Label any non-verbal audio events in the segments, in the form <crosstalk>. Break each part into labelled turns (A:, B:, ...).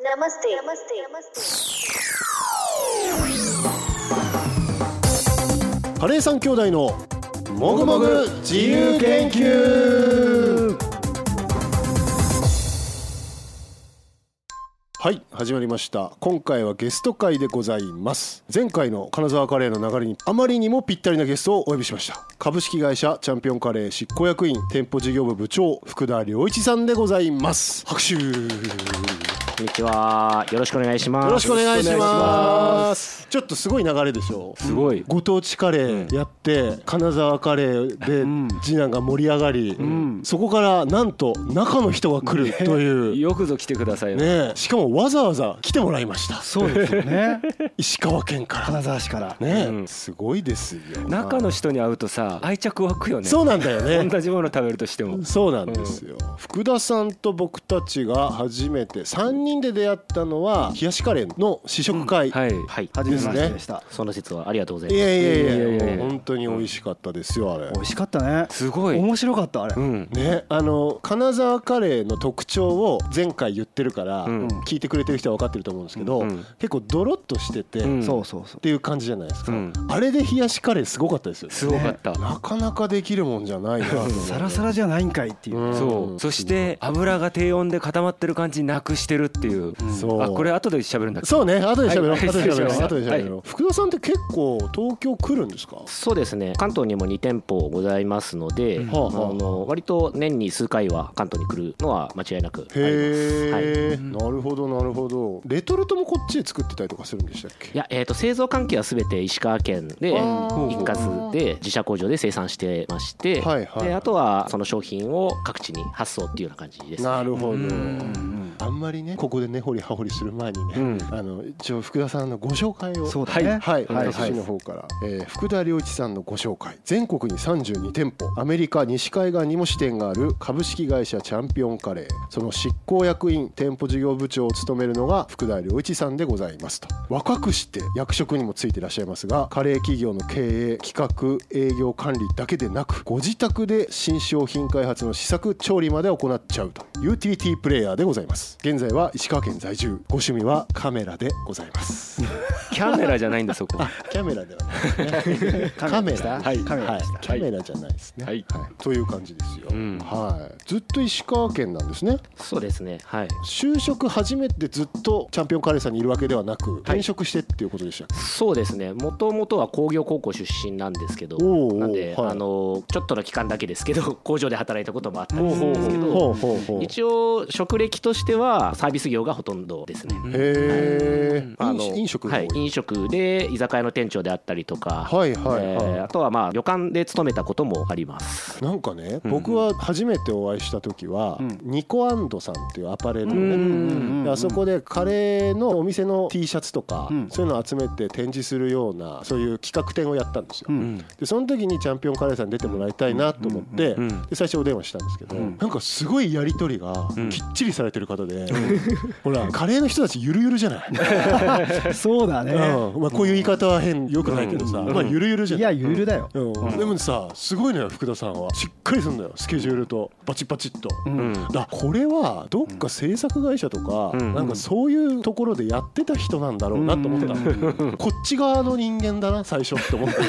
A: नमस्ते नमस्ते नमस्ते
B: カレーさん兄弟のもぐもぐ自由研究はい始まりました今回はゲスト会でございます前回の金沢カレーの流れにあまりにもぴったりなゲストをお呼びしました株式会社チャンピオンカレー執行役員店舗事業部部長福田良一さんでございます拍手
C: こんにちは。よろしくお願いします。。
B: よろしくお願いしますす。ちょっとすごい流れでしょ。
C: すごい
B: ご当地カレーやって金沢カレーで次男が盛り上がり、そこからなんと中の人が来るという。
C: よくぞ来てくださいね。
B: ねえ、しかもわざわざ来てもらいました
D: そうです
C: <laughs>
D: よね
B: 石川県か
D: 金沢市から
B: らねえ、
C: うん
B: すごいですよ
C: 中の人に会うとさ、愛着湧くよね。
B: そうなんだよね
C: 同じもの食べるとしても。
B: そうなんですよ、福田さんと僕たちが初めて3人で出会ったのは冷やしカレーの試食会、
C: はい。はい。
D: 初めましてでした
C: その説はありがとうござい
B: い
C: ます。
B: やいやいや
C: いやいやいや
B: もう本当に美味しかったですよあれ
D: 美味しかったね
C: すごい。
D: 面白かったあれ
C: うん。
B: ね、あの金沢カレーの特徴を前回言ってるから、
C: うん
B: 聞いてくれてる人は分かってると思うんですけど、
C: うん
B: 結構ドロッとしてて、
C: うん
B: っ
D: そうそうそう
B: ていう感じじゃないですか、
C: うん
B: あれで冷やしカレーすごかったですよね
C: すごかった。
B: なかなかできるもんじゃ
C: <laughs>
B: ないなと思って
D: サラサラじゃないんかいっていううん
C: そう。そして油が低温で固まってる感じなくしてるっていう。
B: そう
C: あ、これ後で喋るんだっけど。
B: そうね後で喋ろう、
C: はい
B: 後で喋ろ
C: は
B: う
C: い
B: 後で喋ろう、福田さんって結構東京来るんですか
E: そうですね関東にも2店舗ございますので、
D: うん
E: あ
B: はあはあ
E: の割と年に数回は関東に来るのは間違いなくあります。はい
B: へえ、なるほどなるほどレトルトもこっちで作ってたりとかするんでしたっけ
E: いや、えー、と製造関係は全て石川県で一
B: あー
E: 括で自社工場で生産してまして、
B: はいはい
E: であとはその商品を各地に発送っていうような感じです。
B: なるほど、
D: うん
B: あんまりねここで根掘り葉掘りする前にね、
C: うん
B: あの一応福田さんのご紹介を
D: そうだね
B: はい、
D: はい
B: 私の方から、えー福田良一さんのご紹介全国に32店舗アメリカ西海岸にも支店がある株式会社チャンピオンカレーその執行役員店舗事業部長を務めるのが福田良一さんでございますと若くして役職にもついていらっしゃいますがカレー企業の経営企画営業管理だけでなくご自宅で新商品開発の試作調理まで行っちゃうとユーティリティプレイヤーでございます現在は石川県在住ご趣味はカメラでございます
C: キャメラじゃないんだそこ。
B: キャメラではない、ね、カメラ
D: はい
B: カメラ
D: はい
B: キャメラじゃないですね、
C: はい
B: という感じですよ、
C: ん
B: はいずっと石川県なんですね
E: そうですね。はい。
B: 就職初めてずっとチャンピオンカレーさんにいるわけではなく転職してっていうことでしたっけ、
E: そうですね。もともとは工業高校出身なんですけど、
B: おうおう
E: なんで、
B: はい
E: あのちょっとの期間だけですけど工場で働いたこともあったりするんですけど、
B: ほうほうほう
E: 一応職歴としてはサービス業がほとんどですね。
B: へえ、
E: あ
B: 飲
E: の
B: 食飲食の方
E: はい、飲食で居酒屋の店長であったりとか、
B: はいはいはい
E: えーあとはまあ旅館で勤めたこともあります。
B: なんかね、
C: うん
B: 僕は初めてお会いした時は、
D: うん
B: ニコアンドさんっていうアパレルの
C: うん
B: ね、
C: うん
B: であそこでカレーのお店の T シャツとか、
D: うん
B: そういうのを集めて展示するようなそういう企画展をやったんですよ、
D: う
C: うんん。
B: でその時にチャンピオンカレーさんに出てもらいたいなと思って、
C: うんうん
B: で最初お電話したんですけど、
D: うん
B: なんかすごいやり取りが
C: うん
B: きっちりされてる方で、ほらカレーの人たちゆるゆるじゃない、
D: そうだね
B: うんまあ、こういう言い方は変よくないけどさ、
C: うん
B: まあ、ゆるゆるじゃ
D: い
B: ない
D: やゆるだよ
B: うんでもさすごいのよ福田さんはしっかりするのよスケジュールとバチバチっと。
C: うん。
B: だこれはどっか制作会社とか、
C: うん
B: なんかそういうところでやってた人なんだろうなと思った、こっち側の人間だな最初って思って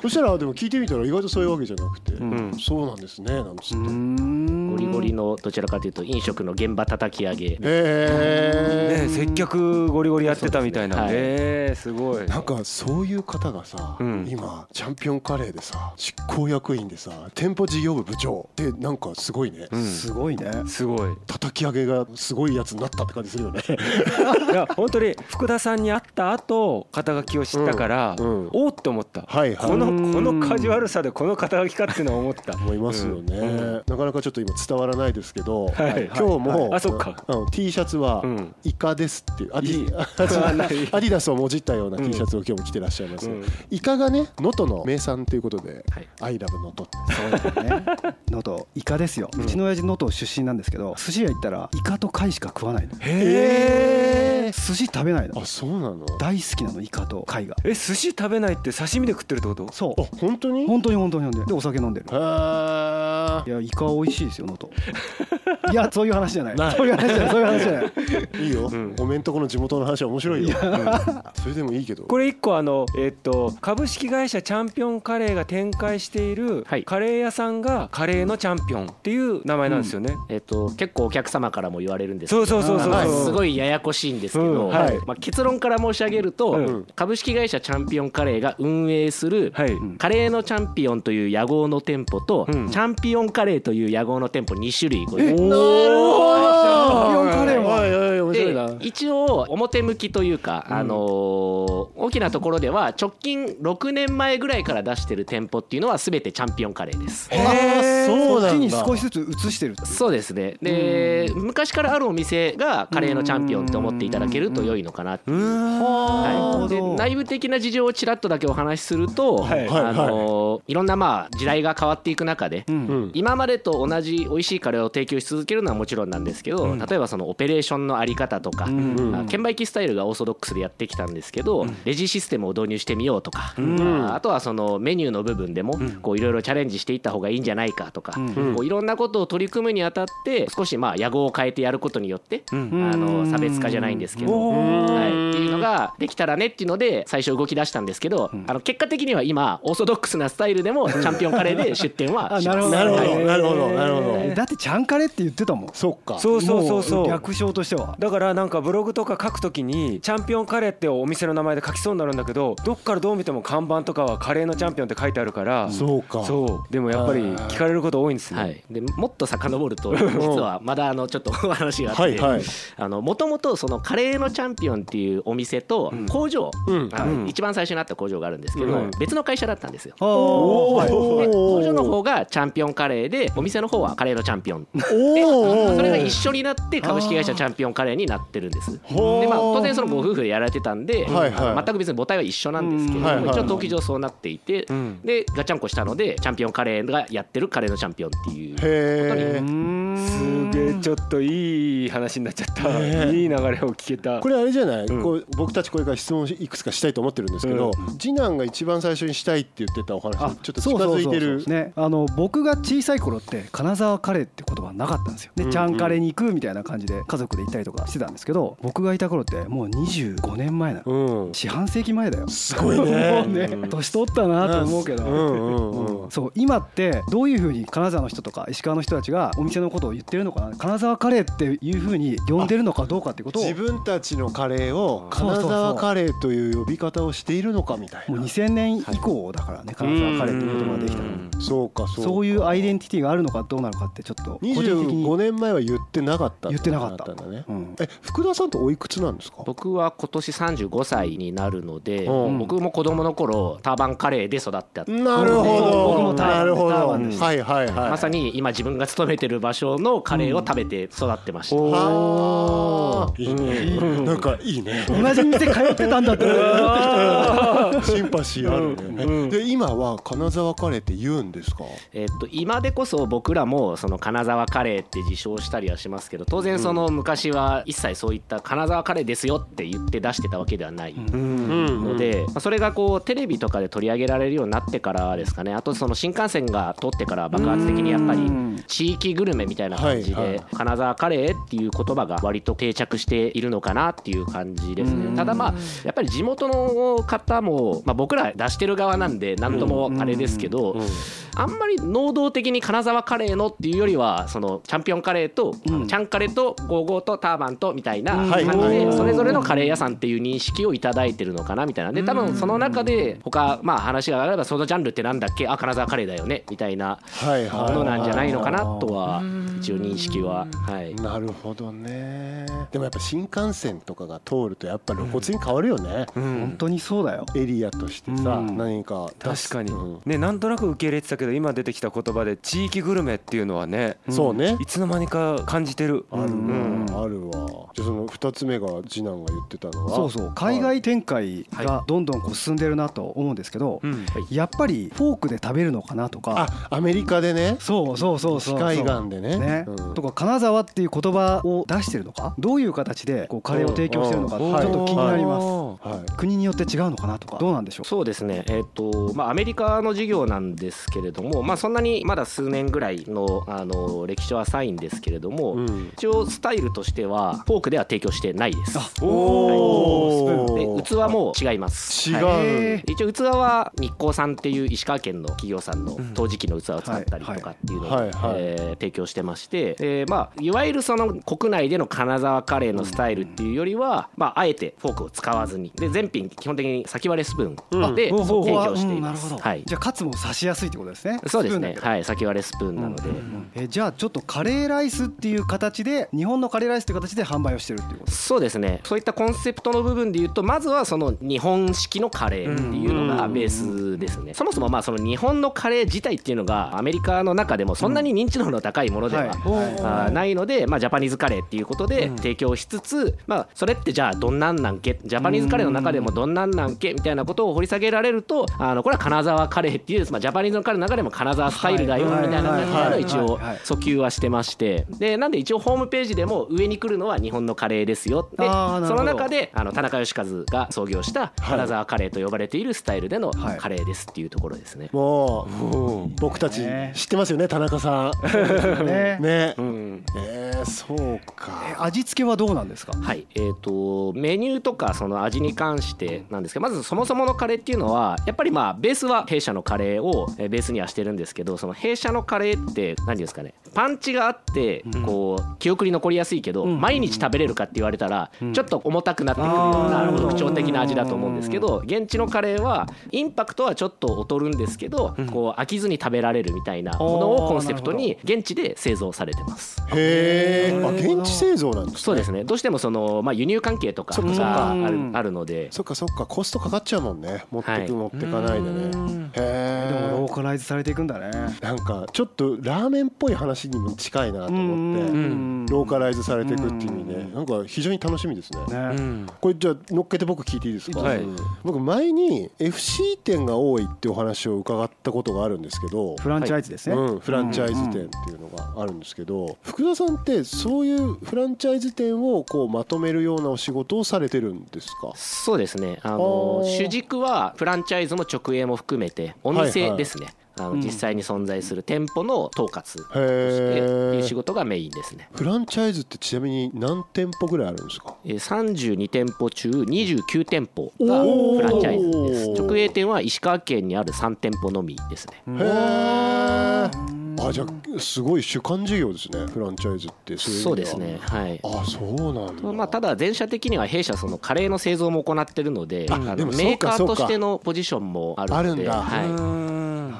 B: そしたらでも聞いてみたら意外とそういうわけじゃなくて、
C: ん
B: そうなんですねなんつって、へ
E: ゴリゴリのどちらかというと飲食の現場叩き上げ。
B: え
C: ね接客ゴリゴリやってたみたいな。
E: そう
C: ええすごい。
B: なんかそういう方がさ、
C: うん
B: 今チャンピオンカレーでさ執行役員でさ店舗事業部部長ってなんかすごいね、
C: うん。
D: すごいね
C: すごい。
B: 叩き上げがすごいやつになったって感じするよ
C: <laughs>
B: ね
C: いや本当に福田さんに会った後肩書きを知ったから、
B: うんうん
C: おおって思った、
B: はいはい
C: このこのカジュアルさでこの肩書きかっていうのは思った
B: 思いますよね、
C: うん
B: なかなかちょっと今伝わらないですけど、
C: はいはい
B: 今日も、
C: あそっか
B: うん T シャツは
C: うん
B: イカですっていう、アディ
C: いい <laughs>
B: アディダスをもじったような T シャツを今日も着てらっしゃいます、
C: うん
B: イカがね能登の名産ということで
E: はい
B: 「アイラブ能登」
D: そうだね能登イカですようちの親父能登出身なんですけど寿司屋行ったらイカと貝しか食わないの
C: へえ
D: 寿司食べないの
B: あそうなのあ
D: 大好きなのイカと貝が
C: え寿司食べないって刺身で食ってるってこと
D: そう
B: 本当に
D: 本当に本当に本当にでお酒飲んでる
B: へー
D: いやイカ美味しいですよ能登いやそういう話じゃない
B: いな
D: そういう話じゃないそういう話じゃない
B: いいよ、
C: ん
B: おめんとこの地元の話は面白いよ、うんそれでもいいけど
C: これ一個あの、えっと株式会社チャンピオンカレーが展開している
E: はい
C: カレー屋さんがカレーのチャンピオンっていう名前なんですよね、
E: えっと結構お客様からも言われるんです
C: そ
E: けど
C: うそうそうそう、
E: まあ
C: そう
E: すごいややこしいんですけど、
C: うんはい
E: まあ、結論から申し上げると、
C: うん
E: 株式会社チャンピオンカレーが運営する、
C: はい、
E: カレーのチャンピオンという屋号の店舗と、
C: うん
E: チャンピオンカレーという屋号の店舗2種類ございます
D: ピオンカレーも
B: はいはい面白いな
E: で一応表向きというか、あのー大きなところでは直近6年前ぐらいから出してる店舗っていうのは全てチャンピオンカレーです
B: あそう
D: そっ
B: な
D: ち
B: ん
D: に
B: だ
D: 少しずつ移してる
E: そうですねで昔からあるお店がカレーのチャンピオンと思っていただけると良いのかなっていうはい、で内部的な事情をちらっとだけお話しすると、
C: はい
E: あのーいろんなまあ時代が変わっていく中で、
B: ん
E: 今までと同じ美味しいカレーを提供し続けるのはもちろんなんですけど、例えばそのオペレーションのあり方とか、あ券売機スタイルがオーソドックスでやってきたんですけど、レジシステムを導入してみようとか、ああとはそのメニューの部分でもこういろいろチャレンジしていった方がいいんじゃないかとか、こういろんなことを取り組むにあたって少しまあ野号を変えてやることによって、あの差別化じゃないんですけど、はい、っていうのができたらねっていうので最初動き出したんですけど、あの結果的には今オーソドックスなスタイルでもチャンピオンカレーで出
B: <laughs>
E: 店はします。
B: なるほどなるほどなるほど、
D: だってちゃんカレーって言ってたもん
B: そっか
C: そうそうそうそ
D: も
C: う
D: 略称としては
C: だからなんかブログとか書くときにチャンピオンカレーってお店の名前で書きそうになるんだけどどっからどう見ても看板とかはカレーのチャンピオンって書いてあるから
B: そうか
C: そうでもやっぱり聞かれること多いんですね、
E: はい、でもっと
B: <laughs>
E: 遡ると実はまだあのちょっとお話があって、
B: はいはい
E: あのもともとそのカレーのチャンピオンっていうお店と工場、
B: うん
E: あの一番最初にあった工場があるんですけど、
C: うん
E: 別の会社だったんですよ。
D: お
B: おー
E: で工場の
B: おー
E: 方がチャンピオンカレーでお店の方はカレーのチャンピオン
B: おー
E: それが一緒になって株式会社チャンピオンカレーになってるんですで
B: ほー
E: まあ当然そのご夫婦でやられてたんで、
B: はいはい
E: あの全く別に母体は一緒なんですけれども、
B: はいはい
E: 一応登記上そうなっていて、
C: ん
E: でガチャンコしたのでチャンピオンカレーがやってるカレーのチャンピオンっていう
B: へえ
C: すげえちょっといい話になっちゃった、
B: ねえ
C: いい流れを聞けた
B: これあれじゃない、こう僕たちこれから質問いくつかしたいと思ってるんですけど、次男が一番最初にしたいって言ってたお話
D: あ
B: にちょっと近づいてる
D: そうそうそうそうねあの僕が小さい頃って金沢カレーって言葉なかったんですよでちゃんカレーに行くみたいな感じで家族で行ったりとかしてたんですけど僕がいた頃ってもう25年前なの
B: うん
D: 四半世紀前だよ
B: すごいね
D: <laughs> もうね年取ったなと思うけど
B: うんうんうん
D: そう今ってどういうふうに金沢の人とか石川の人たちがお店のことを言ってるのかな金沢カレーっていうふうに呼んでるのかどうかってことを
B: 自分たちのカレーを
D: そうそう
B: 金
D: そう
B: 沢カレーという呼び方をしているのかみたい
D: もう
B: な
D: 2000年以降だからね金沢カレーっていう言葉ができたの
B: そうかそうか
D: そういうアイデンティティがあるのかどうなのかってちょっと個人的
B: 25
D: に
B: 年前は言ってなかった
D: 言ってなかった
B: んだね
D: うん
B: え福田さんっておいくつなんですか
E: 僕は今年35歳になるので、
B: うん
E: 僕も子供の頃ターバンカレーで育ってあって、
B: なるほど
D: 僕もターバン
B: なるほど
D: ター
B: は
D: バ
B: い
D: ンでした
B: はいはい
E: まさに今自分が勤めてる場所のカレーを食べて育ってました、
B: はーいいねなんかいいね
D: 同じ店通ってたん
B: <laughs>
D: だって
B: シンパシーあるねで今は金沢カレーって言うんですか
E: えっと今でこそ僕らもその金沢カレーって自称したりはしますけど当然その昔は一切そういった金沢カレーですよって言って出してたわけではない
B: うん
E: ので、まあそれがこうテレビとかで取り上げられるようになってからですかねあとその新幹線が通ってから爆発的にやっぱり地域グルメみたいな感じ
B: はいはい
E: で金沢カレーっていう言葉が割と定着しているのかなっていう感じですねただまあやっぱり地元の方も、まあ、僕ら出してる側なんで何ともあれですけどあんまり能動的に金沢カレーのっていうよりはそのチャンピオンカレーと、あのチャンカレーとゴーゴーとターバンとみたいな感じで、
B: はい
E: それぞれのカレー屋さんっていう認識をいただいてるのかなみたいなで多分その中で他まあ話があればそのジャンルってなんだっけあ金沢カレーだよねみたいな
B: はい
E: ものなんじゃないのかなと
B: は
E: は一応認識ははい
B: なるほどねでもやっぱ新幹線とかが通るとやっぱ露骨に変わるよね、
D: 本当にそうだよ
B: エリアとしてさ、
D: うん
B: 何か出
C: 確
B: す
C: かに、
B: うん
C: ねなんとなく受け入れてたけど今出てきた言葉で地域グルメっていうのはね
B: そうね
C: いつの間にか感じてる
B: あるわ、
C: うん
B: あるわじゃあその2つ目がが次男が言ってたのは
D: そうそう海外展開がどんどんこう進んでるなと思うんですけど、
C: うん
D: やっぱりフォークで食べるのかなとか
B: あアメリカでね
D: そうそうそう
B: 西
D: そう
B: 海岸でね
D: ね
B: うん
D: とか金沢っていう言葉を出してるのかどういう形でこうカレーを提供してるのかち
B: うん
D: ょっと気になります、
C: は
B: はい
D: 国によって違うのかなとかどうなんでしょう
E: そうですね、えっとまあ、アメリカの事業なんですけれども、まあ、そんなにまだ数年ぐらいのあの歴史は浅いんですけれども、
B: うん
E: 一応スタイルとしてはフォークでは提供してないです
D: あ
B: お
E: で
B: ー
E: 器も違います
B: 違う、
E: はい
D: へ
E: 一応器は日光さんっていう石川県の企業さんの陶磁器の器を使ったりとかっていうのを、
B: はいはい
E: えー提供してまして、えーまあ、いわゆるその国内での金沢カレーのスタイルっていうよりは、まあ、あえてフォークを使わずにで全品基本的に先割れスプーンで
D: こ
E: 提
D: こは
E: 供しています、
D: うんなるほど、
E: はい
D: じ、ゃあカツも刺しやすいってことですね
E: そうです
D: スプーン
E: ね
D: だけど
E: はい先割れスプーンなので、
D: えじゃあちょっとカレーライスっていう形で日本のカレーライスっていう形で販売をしてるっていうこと
E: そうですねそういったコンセプトの部分で言うとまずはその日本式のカレーっていうのがベースですねそもそもまあその日本のカレー自体っていうのがアメリカの中でもそんなに認知度の高いものでは、
D: はい
E: あーないので、まあ、ジャパニーズカレーっていうことで提供しつつ、まあ、それってじゃあどんなんなんけジャパニーズカレーの中でもどんなんなんけみたいなことを掘り下げられるとあのこれは金沢カレーっていう、まあ、ジャパニーズのカレーの中でも金沢スタイルだよみ
D: はい
E: たいな
D: はい
E: 感じの
D: はい
E: 一
D: は
E: 応
D: いはい
E: 訴求はしてましてでなんで一応ホームページでも上に来るのは日本のカレーですよでそ
D: あーなるほど
E: の中であの田中義和が創業した金沢カレーと呼ばれているスタイルでのカレーですっていうところですね。
B: もう僕たち
D: ね
B: 知ってますよね田中さ
D: です
B: ん
D: ね
B: ねえーそうか
D: え味付けはどうなんですか
E: はいえー、とメニューとかその味に関してなんですけどまずそもそものカレーっていうのはやっぱりまあベースは弊社のカレーをえーベースにはしてるんですけどその弊社のカレーって何ていうんですかねパンチがあってこう記憶に残りやすいけど毎日食べれるかって言われたらちょっと重たくなってくるよう
D: あーな
E: な
D: るほど
E: 特徴的な味だと思うんですけど現地のカレーはインパクトはちょっと劣るんですけどこう飽きずに食べられるみたいなものをコンセプトに現地で製造されてます。
B: へえあ現地製造なんですね
E: そうですね。どうしてもそのまあ輸入関係とか
B: そっかそっ
E: が
B: か
E: あ
D: う
E: る
D: ん
E: あるので、
B: そっかそっかコストかかっちゃうもんね持ってく、
E: はい
B: 持ってかないでね
D: でも
B: へ
D: ロ
B: え
D: ーカライズされていくんだね
B: なんかちょっとラーメンっぽい話にも近いなと思って、
D: うん
B: ローカライズされていくっていう意味ね、なんか非常に楽しみですね
D: ね
C: うん
B: これじゃあ乗っけて僕聞いていいですか、
C: はい
B: うん僕前に FC 店が多いってお話を伺ったことがあるんですけど
D: フランチャイズですね、
B: うん、フランチャイズ店っていうのがあるんですけど、福田さんってそういうフランチャイズ店をこうまとめるようなお仕事をされてるんですか
E: そうですね。あ
B: お
E: の
B: ー
E: 主軸はフランチャイズも直営も含めてお
B: はい
E: 店
B: はい
E: ですね。あの実際に存在する店舗の統括としてって
B: へー
E: いう仕事がメインですね。
B: フランチャイズってちなみに何店舗ぐらいあるんですか
E: えー32店舗中29店舗がフランチャイズです
B: おー
E: 直営店は石川県にある3店舗のみですね
B: へえあじゃあすごい主幹事業ですねフランチャイズってい意味
E: そうですねはい
B: はあそうなんだ、
E: まあ、ただ全社的には弊社そのカレーの製造も行ってるので
B: あ
E: あの
B: でもそうか
E: メーカ
B: そう
E: ー
B: か
E: としてのポジションもあるので
B: あるんだ
E: はい、
C: うん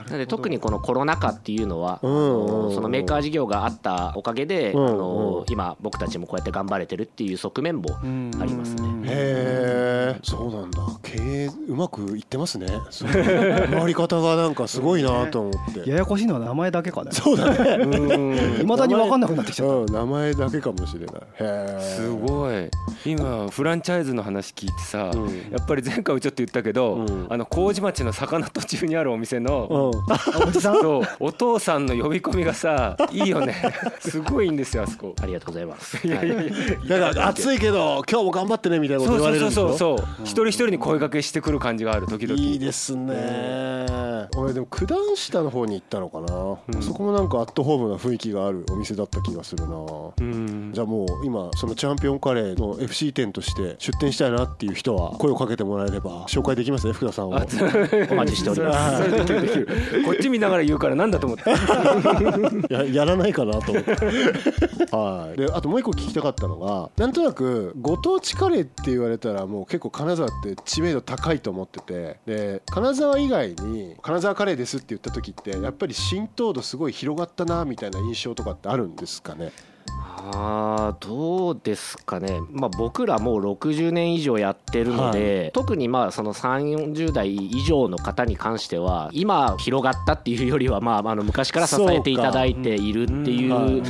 E: なので特にこのコロナ禍っていうのは、
B: うんうんうん
E: あのそのメーカー事業があったおかげで、
B: うんうん
E: あの今僕たちもこうやって頑張れてるっていう側面もありますね。
B: へえそうなんだ経営うまくいってますねすごい回り方がなんかすごいなと思って、
D: ややこしいのは名前だけかね
B: そうだね
D: いまだに分かんなくなってきちゃっ
B: うん、名前だけかもしれないへえ
C: すごい今フランチャイズの話聞いてさ、
B: うん
C: やっぱり前回もちょっと言ったけど、
B: うん
C: あの麹町の魚途中にあるお店の、
B: うん、
D: たおじさん
C: そうお父さんの呼び込みがさいいよね <laughs> すごいんですよあそこ。
E: ありがとうございます。
C: いやいやいや
B: だから暑いけど今日も頑張ってねみたいなこと
C: そう
B: 言われるん
C: そ
B: で
C: う
B: しょ
C: そうそう一人一人に声掛けしてくる感じがある時々
B: いいですね俺でも九段下の方に行ったのかな、あそこもなんかアットホームな雰囲気があるお店だった気がするな、
C: うん
B: じゃあもう今そのチャンピオンカレーの FC 店として出店したいなっていう人は声をかけてもらえれば紹介できますね福田さんを
E: お待ちしております。
C: それできるできるこっち見ながら言うからなんだと思っ
B: <laughs>
C: て
B: ややらないかなと思ってはいであともう一個聞きたかったのがなんとなくご当地カレーって言われたらもう結構金沢って知名度高いと思っててで金沢以外に金沢カレーですって言った時ってやっぱり浸透度すごい広がったなみたいな印象とかってあるんですかね
E: あーどうですかね、まあ、僕らもう60年以上やってるので、特にまあその3 4 0代以上の方に関しては今広がったっていうよりはまああの昔から支えていただいているってい
B: そうかうんはいう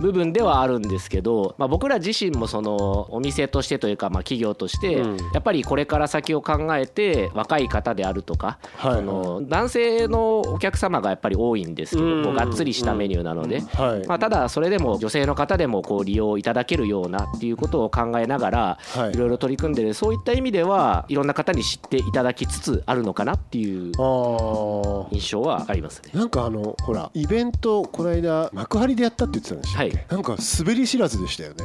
E: 部分ではあるんですけど、まあ、僕ら自身もそのお店としてというかまあ企業として
B: うん
E: やっぱりこれから先を考えて若い方であるとか、
B: はい
E: あの男性のお客様がやっぱり多いんですけ
B: うん
E: どこうがっつりしたメニューなので。
B: はい
E: まあ、ただそれでも女性の方でもこう利用いただけるようなっていうことを考えながら
B: はい
E: いろいろ取り組んでるそういった意味ではいろんな方に知っていただきつつあるのかなっていう
B: あー
E: 印象はありますね。
B: なんかあのほらイベントこの間幕張でやったって言ってたんでしたっけ、
E: はい
B: なんか滑り知らずでしたよね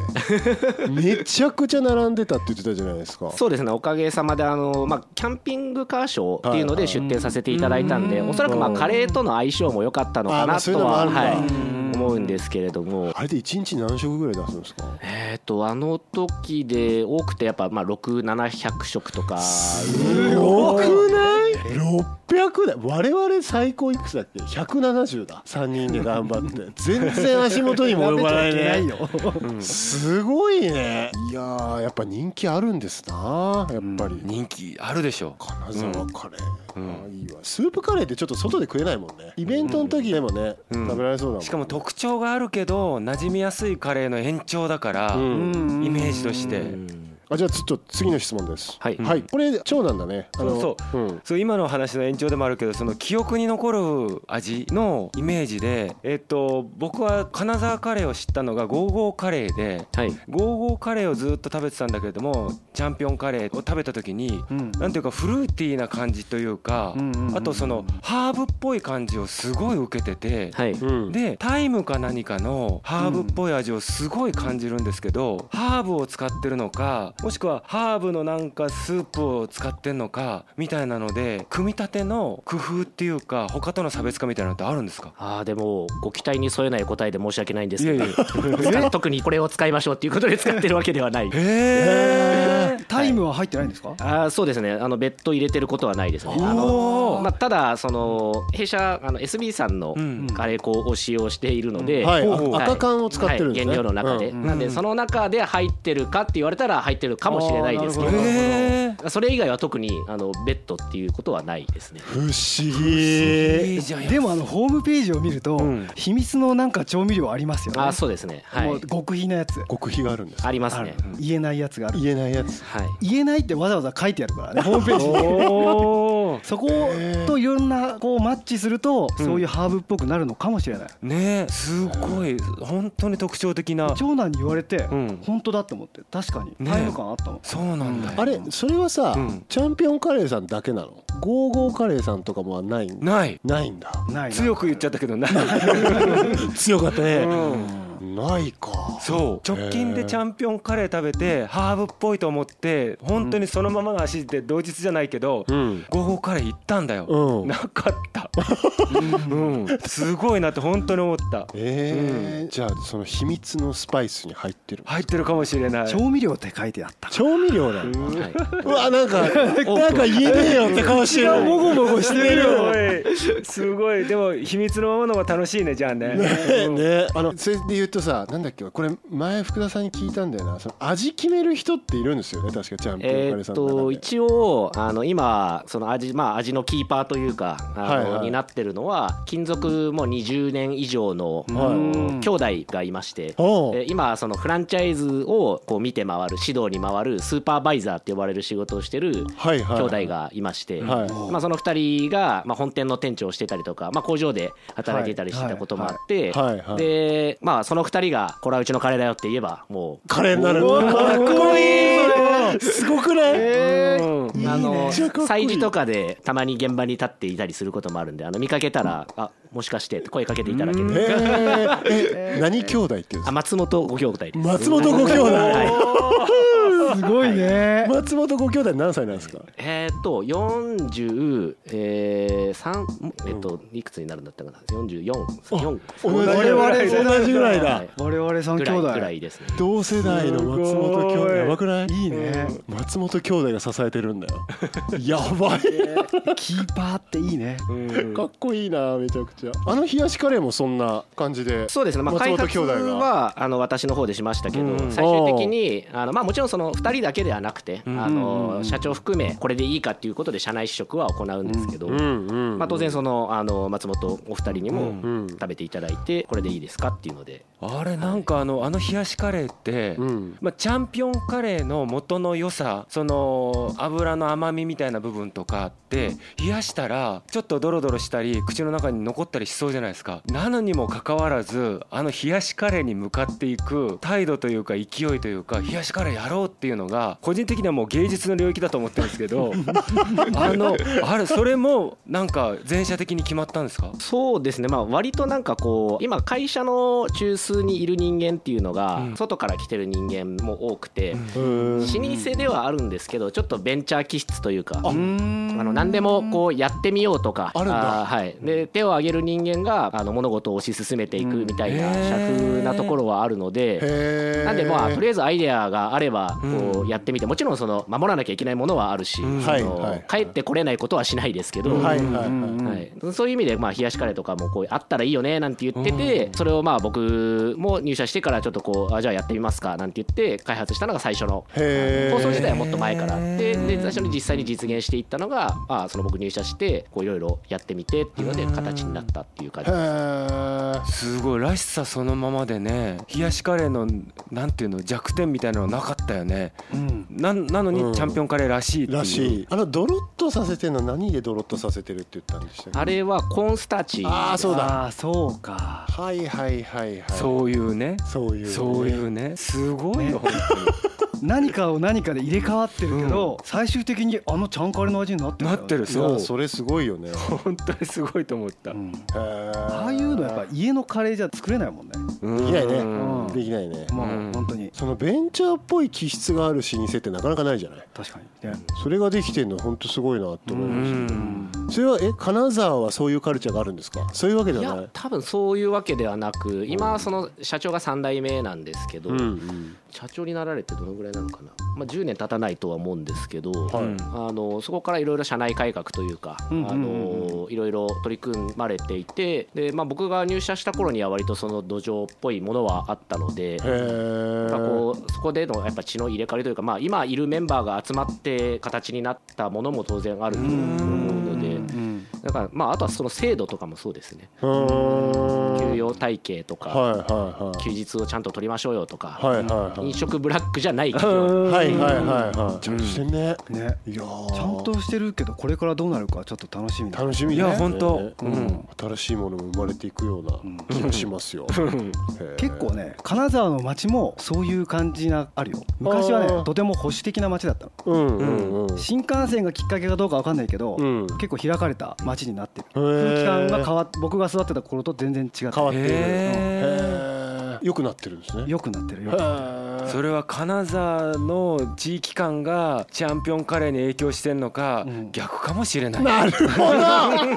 B: <laughs> めちゃくちゃ並んでたって言ってたじゃないですか
E: そうですねおかげさまであの、まあ、キャンピングカーショーっていうの
B: はい
E: で出店させていただいたんで、おそらく、まあ、カレーとの相性も良かったの
B: あ
E: か
B: ま
E: な
B: あそういう
E: と
B: のもあ
E: は、
B: るんだ
E: はい
B: うん
E: 思うんですけれども。
B: あれで一日何食ぐらい出すんですか
E: えー、とあの時で多くてやっぱまあ6700食とか
B: よくない600だ我々最高いくつだっけ170だ3人で頑張 <laughs> って全然足元にも及ばないね
D: よ。
B: すごいねいやーやっぱ人気あるんですなやっぱり、
C: 人気あるでしょ
B: 金沢カレー、
C: うん
B: あーいいわスープカレーってちょっと外で食えないもんねイベントの時でもね、
C: うん
B: 食べられそうだもん
C: しかも特徴があるけど馴染みやすいカレーの延長だから、
B: うん
C: イメージとして、
E: うん
B: あじゃあちょっと次の質問です
E: はい
B: これ長男だねあの、
C: そう
B: ん、
C: そう今の話の延長でもあるけどその記憶に残る味のイメージで、えっと僕は金沢カレーを知ったのがゴーゴーカレーで
E: はい
C: ゴーゴーカレーをずっと食べてたんだけれどもチャンピオンカレーを食べた時に
D: うん
C: なんていうかフルーティーな感じというか
D: うんうんうんうん
C: あとそのハーブっぽい感じをすごい受けてて。
E: はい、
B: うん、
C: でタイムか何かのハーブっぽい味をすごい感じるんですけど、ハーブを使ってるのかもしくはハーブのなんかスープを使ってんのかみたいなので組み立ての工夫っていうか他との差別化みたいなのってあるんですか
E: ああでもご期待に添えない答えで申し訳ないんですけ
C: いや
E: ど
C: いや
E: 使っ特にこれを使いましょうっていうことで使ってるわけではない
C: へえ
D: タイムは入ってないんですか？
E: あーそうですねあの別途入れてることはないですねあの
C: お
E: まあ、ただその弊社あの SB さんの
C: うん
E: カレー粉を使用しているので、
B: はい、
C: ほう
B: あ
C: ほう
E: はい
B: 赤缶を使ってるんですね、
E: はい原料の中で、
B: うん
E: なんでその中で入ってるかって言われたら入ってるかもしれないですけ
D: あーなるほ
E: ど
C: へ
E: それ以外は特にあの別途っていうことはないですね
B: 不思
C: えい
B: 議
C: いじゃん
D: でもあのホームページを見ると
C: ん
D: 秘密のなんか調味料ありますよね。
E: あーそうですねは
D: も
E: いう
D: 極秘なやつ。
B: 極秘があるんです
E: あります
D: ある
E: ね。
D: 言えないやつがある。
B: 言えないやつ
E: はい
D: 言えないってわざわざ書いてあるからね。ホームページに。
C: おー
D: そこといろんなこうマッチするとそういうハーブっぽくなるのかもしれない。
C: ねえすごい本当に特徴的な
D: 長男に言われて
C: うん
D: 本当だと思って確かに
C: ね
D: タイム感あったの。
C: そうなんだ
B: あれそれはさ、
C: うん
B: チャンピオンカレーさんだけなのゴーゴーカレーさんとかもはないん
C: ない
B: ないんだ
D: ないな。
C: 強く言っちゃったけどない、
B: 強かった
C: う
B: ね、
C: ん
B: ないか
C: そう直近でチャンピオンカレー食べてハーブっぽいと思って本当にそのままの足で同日じゃないけど
B: うん
C: 合法カレー行ったんだよ、
B: うん
C: なかった、うん、すごいなって本当に思った
B: えーじゃあその秘密のスパイスに入ってる
C: 入ってるかもしれない
D: 調味料って書いてあった。
B: 調味料だよ
E: はいう
B: わなんかなんか言えねえよって顔してる
C: ゴモゴしてるよすごいでも秘密のままのが楽しいねじゃあね
B: ねねあのそれで言うとさなんだっけこれ前福田さんに聞いたんだよなその味決める人っているんですよね確かチャンピオン
E: え
B: カレ
E: ー
B: ーさ
E: っ
B: んの中で、
E: と一応あの今その味まあ味のキーパーというかあ
B: はい
E: の
B: はい
E: になってるのは金属もう20年以上のあ
D: うん
E: の兄弟がいまして
B: おう
E: えー今そのフランチャイズをこう見て回る指導に回るスーパーバイザーって呼ばれる仕事をしてる
B: はいはい
E: 兄弟がいまして、
B: はい
E: まあ、その2人が、まあ、本店の店長をしてたりとか、まあ、工場で働いていたりしてたこともあって
B: はいはいはいはい
E: で、まあ、その2人が「これはうちのカレーだよ」って言えばもう
B: カレーになるかっこいいすごくない、
E: あの
B: ちゃかっこいい
E: 催事とかでたまに現場に立っていたりすることもあるんであの見かけたら「あもしかして」って声かけていただけ
B: え
E: て
B: ーえ何兄弟っていうんです
E: あ
B: か
E: 松本ご兄弟です
B: 松本ご兄弟
E: はい
D: <laughs> すごいね。
B: 松本ご兄弟何歳なんですか
E: えーっと40えー三えっといくつになるんだったかな44
B: 同
D: 我
B: じ
D: 々世代
B: 同じぐらい
E: は
B: だ
E: い
D: 我々三
E: ぐ
D: 兄
E: らい
D: 弟
E: ぐらいですね
B: 同世代の松本兄
C: すご
B: 弟
C: い
B: やばくない
D: いいね
B: 松本兄弟が支えてるんだよやばい
D: キーパーっていいね
C: うん
B: かっこいいなめちゃくちゃあの冷やしカレーもそんな感じで
E: そうですね、まあ、
B: 松
E: 開
B: 本兄
E: 発
B: 弟が
E: はあの私の方でしましたけど、
C: うん
E: 最終的にあの、まあ、もちろんその2人だけではなくて、
C: うん
E: あの社長含めこれでいいかっていうことで社内試食は行うんですけど、
B: うんうん
E: まあ、当然そのあの松本お二人に
C: う
E: も
B: ん
E: 食べていただいてこれでいいですかっていうので
C: あれなんかあのあの冷やしカレーって、
B: うん
C: まあ、チャンピオンカレーの元の良さその油の甘みみたいな部分とかって冷やしたらちょっとドロドロしたり口の中に残ったりしそうじゃないですかなのにもかかわらずあの冷やしカレーに向かっていく態度というか勢いというか冷やしカレーやろうっていうのが個人的にはもう芸術の領域だと思ってるんですけどあのあれそれもなんか全社的に決まったんですか
E: そうですねまあ割となんかこう今会社の中枢にいる人間っていうのが
C: うん
E: 外から来てる人間も多くて
B: うん
E: 老舗ではあるんですけどちょっとベンチャー気質というか
B: あ
E: あの何でもこうやってみようとか
B: あるんだ
E: ーはい、で手を挙げる人間があの物事を推し進めていくみたい
C: う
E: な
C: んへ
E: 社
C: ー
E: 風なところはあるので。
B: へえ
E: なんでまあとり
B: あ
E: あえずアイデアがあればこ
C: う
E: うやってみてもちろんその守らなきゃいけないものはあるし、
C: うん
E: その
B: はいはい
E: 帰ってこれないことはしないですけど、
C: うん
B: はいはい
D: うん
B: はい
D: うん
E: はい、そういう意味でまあ冷やしカレーとかもこうあったらいいよねなんて言ってて、それをまあ僕も入社してからちょっとこうあじゃあやってみますかなんて言って開発したのが最初の
B: へー
E: 放送自体はもっと前からあってで最初に実際に実現していったのが、まあ、その僕入社してこういろいろやってみてっていうので形になったっていう感じ
B: へー
C: すごいらしさそのままでね冷やしカレーのなんていうの弱点みたいなのなかったよね
D: うん
C: ななの
B: うん
C: にチャンピオンカレーらしいっていう
B: らしいあのドロッとさせてるのは何でドロッとさせてるって言ったんでしたっけ
E: あれはコーンスターチ
B: ああそうだ
D: あーそうか
B: はいはいはいはい
C: そういうね
B: そういうね
C: そういうねすごいよ本
D: 何かを何かで入れ替わってるけど、最終的にあのちゃんカレーの味になって
C: 当にな
D: るんだよ
C: ってる
B: い
C: そ
B: や
C: う
B: それすごいよね
C: 本当にすごいと思った
D: うん
B: あ
D: ああいうのやっぱ家のカレーじゃ作れないもんね
C: う
B: で
C: ん
B: きないね
C: うん
B: できないね
D: も
C: う
D: うん本当に
B: そのベンチャーっぽい気質がある老舗ってなかなかないじゃない
D: 確かにね
B: それができてるの本当すごいなと思います
C: う
B: よ
C: ん
B: それはえ金沢はそういうカルチャーがあるんですかそういうわけで
E: い
B: はな
E: や
B: い
E: 多分そういうわけではなく今その社長が3代目なんですけど、
B: うんうん
E: 社長になられてどのぐらいなのかな、まあ、10年経たないとは思うんですけど、
B: はい
C: うん
E: あのそこからいろいろ社内改革というかあ
D: うんうんうん
E: のいろいろ取り組まれていてで、まあ、僕が入社した頃には割とその土壌っぽいものはあったので。
B: へえ
E: やっぱこうそこでのやっぱ血の入れ替わりというか、まあ、今いるメンバーが集まって形になったものも当然あると思うので
D: うん
E: だから、まあ、あとはその制度とかもそうですね
B: うーん
E: 給与体系とか、
B: はいはい
E: 休日をちゃんと取りましょうよとか、
B: はいはいはいはい
E: 飲食ブラックじゃない企業
B: はいはいはいはいちゃんとしてんね
D: ね
B: いやー
D: ちゃんとしてるけどこれからどうなるかちょっと楽しみだ
B: 楽しみね
C: いや本当
B: ね
C: うん
B: 新しいものも生まれていくような気がしますよへー
D: 結構ね金沢の街もそういう感じがあるよ昔は
B: あ
D: ね
B: ー
D: とても保守的な街だったの
B: うんうんうん
D: 新幹線がきっかけかどうかわかんないけど、
B: うん
D: 結構開かれた街になってる
B: へー
D: 空気感が変わっ僕が育ってた頃と全然違って
B: 変わってる
C: へ
B: へえ良くなってるんですね
D: 良くなってるよ
C: え
B: へ
C: それは金沢の地域感がチャンピオンカレーに影響してんのか
D: うん
C: 逆かもしれない
B: なるほど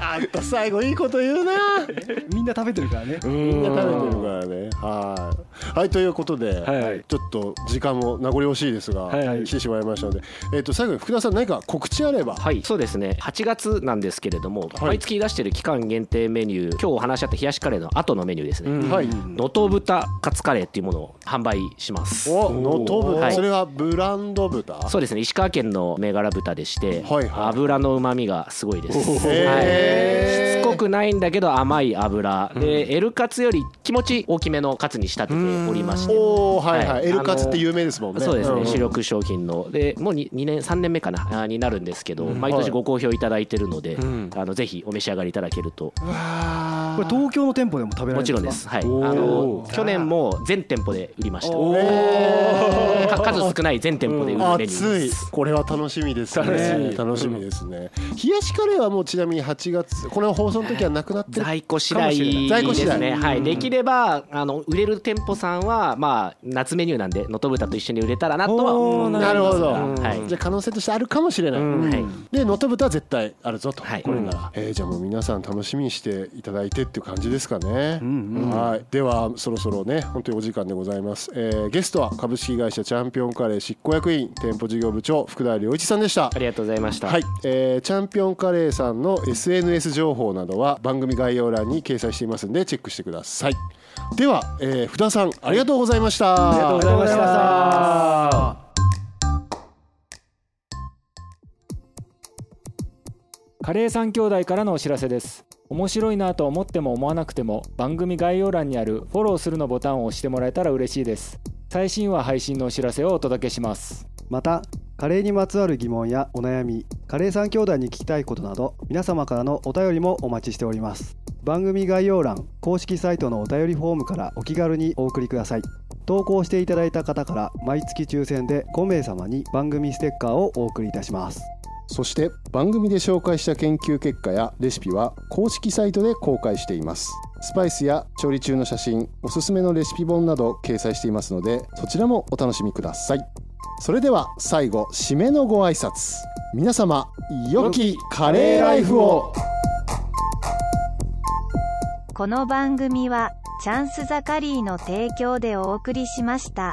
B: あんた最後いいこと言うな
D: みんな食べてるか
B: <laughs>
D: らね
B: みんな食べてるからねはいはいということで、
C: はい
B: ちょっと時間も名残惜しいですが、
C: はい
B: 来てしまいましたので、えっと最後に福田さん何か告知あれば、
E: はい、そうですね8月なんですけれども、
B: はい
E: 毎月出してる期間限定メニュー今日お話しあった冷やしカレーの後のメニューですね、
B: はい
E: 能登豚カツカレーっていうものを販売します
B: お能登豚、
E: はい
B: それはブランド豚
E: そうですね石川県の銘柄豚でして、
B: はいはい
E: 油のうまみがすごいです、はい、
B: へー
E: しつこくないんだけど甘い油で L カツより気持ち大きめのカツに仕立てておりまして
B: おおはいはい、
E: はい
B: L カツって有名ですもんね
E: そうですね、
B: ん
E: 主力商品のでもう 2, 年3年目かなあになるんですけど、毎
B: は
E: 年
B: い
E: ご好評いただいてるので、
C: ん
E: あのぜひお召し上がりいただけると
D: これ東京の店舗でも食べられる
E: もちろん
D: か
E: です、はい、あ
B: おー
E: の去年も全店舗で売りました
B: へー
E: か数少ない全店舗で売るメニュー
B: 暑
E: で
B: い
E: す
B: これは楽しみです
C: 楽し
B: ね
C: み
B: 楽しみですね冷やしカレーはもうちなみに8月この放送の時はなくなってる
E: 在庫次
B: かも
E: 第
B: しれない在庫
E: で
B: 次
E: す
B: 第
E: ね、はい、できればあの売れる店舗さんは、まあ、夏メニューなんで能登豚と一緒に売れたらなとは思います
B: なるほど、
E: はい
B: じゃあ可能性としてあるかもしれない、
E: んはい
B: で能登豚は絶対あるぞと、
E: はい
B: これから、えーじゃあもう皆さん楽しみにしていただいてっていう感じですかね、
D: ん
B: はいではそろそろね本当にお時間でございます、えーゲストは株式会社チャンピオンカレー執行役員店舗事業部長福田良一さんでした
E: ありがとうございました、
B: はい、えーチャンピオンカレーさんの SNS 情報などは番組概要欄に掲載していますのでチェックしてくださいでは、えー福田さんありがとうございました、
C: ありがとうございましたカレー三兄弟からのお知らせです面白いなと思っても思わなくても番組概要欄にあるフォローするのボタンを押してもらえたら嬉しいです最新話配信のお知らせをお届けします
D: またカレーにまつわる疑問やお悩みカレー三兄弟に聞きたいことなど皆様からのお便りもお待ちしております番組概要欄公式サイトのお便りフォームからお気軽にお送りください投稿していただいた方から毎月抽選で5名様に番組ステッカーをお送りいたします
B: そして番組で紹介した研究結果やレシピは公式サイトで公開していますスパイスや調理中の写真おすすめのレシピ本など掲載していますのでそちらもお楽しみくださいそれでは最後締めのご挨拶皆様良きカレーライフを
F: この番組はチャンスザカリーの提供でお送りしました。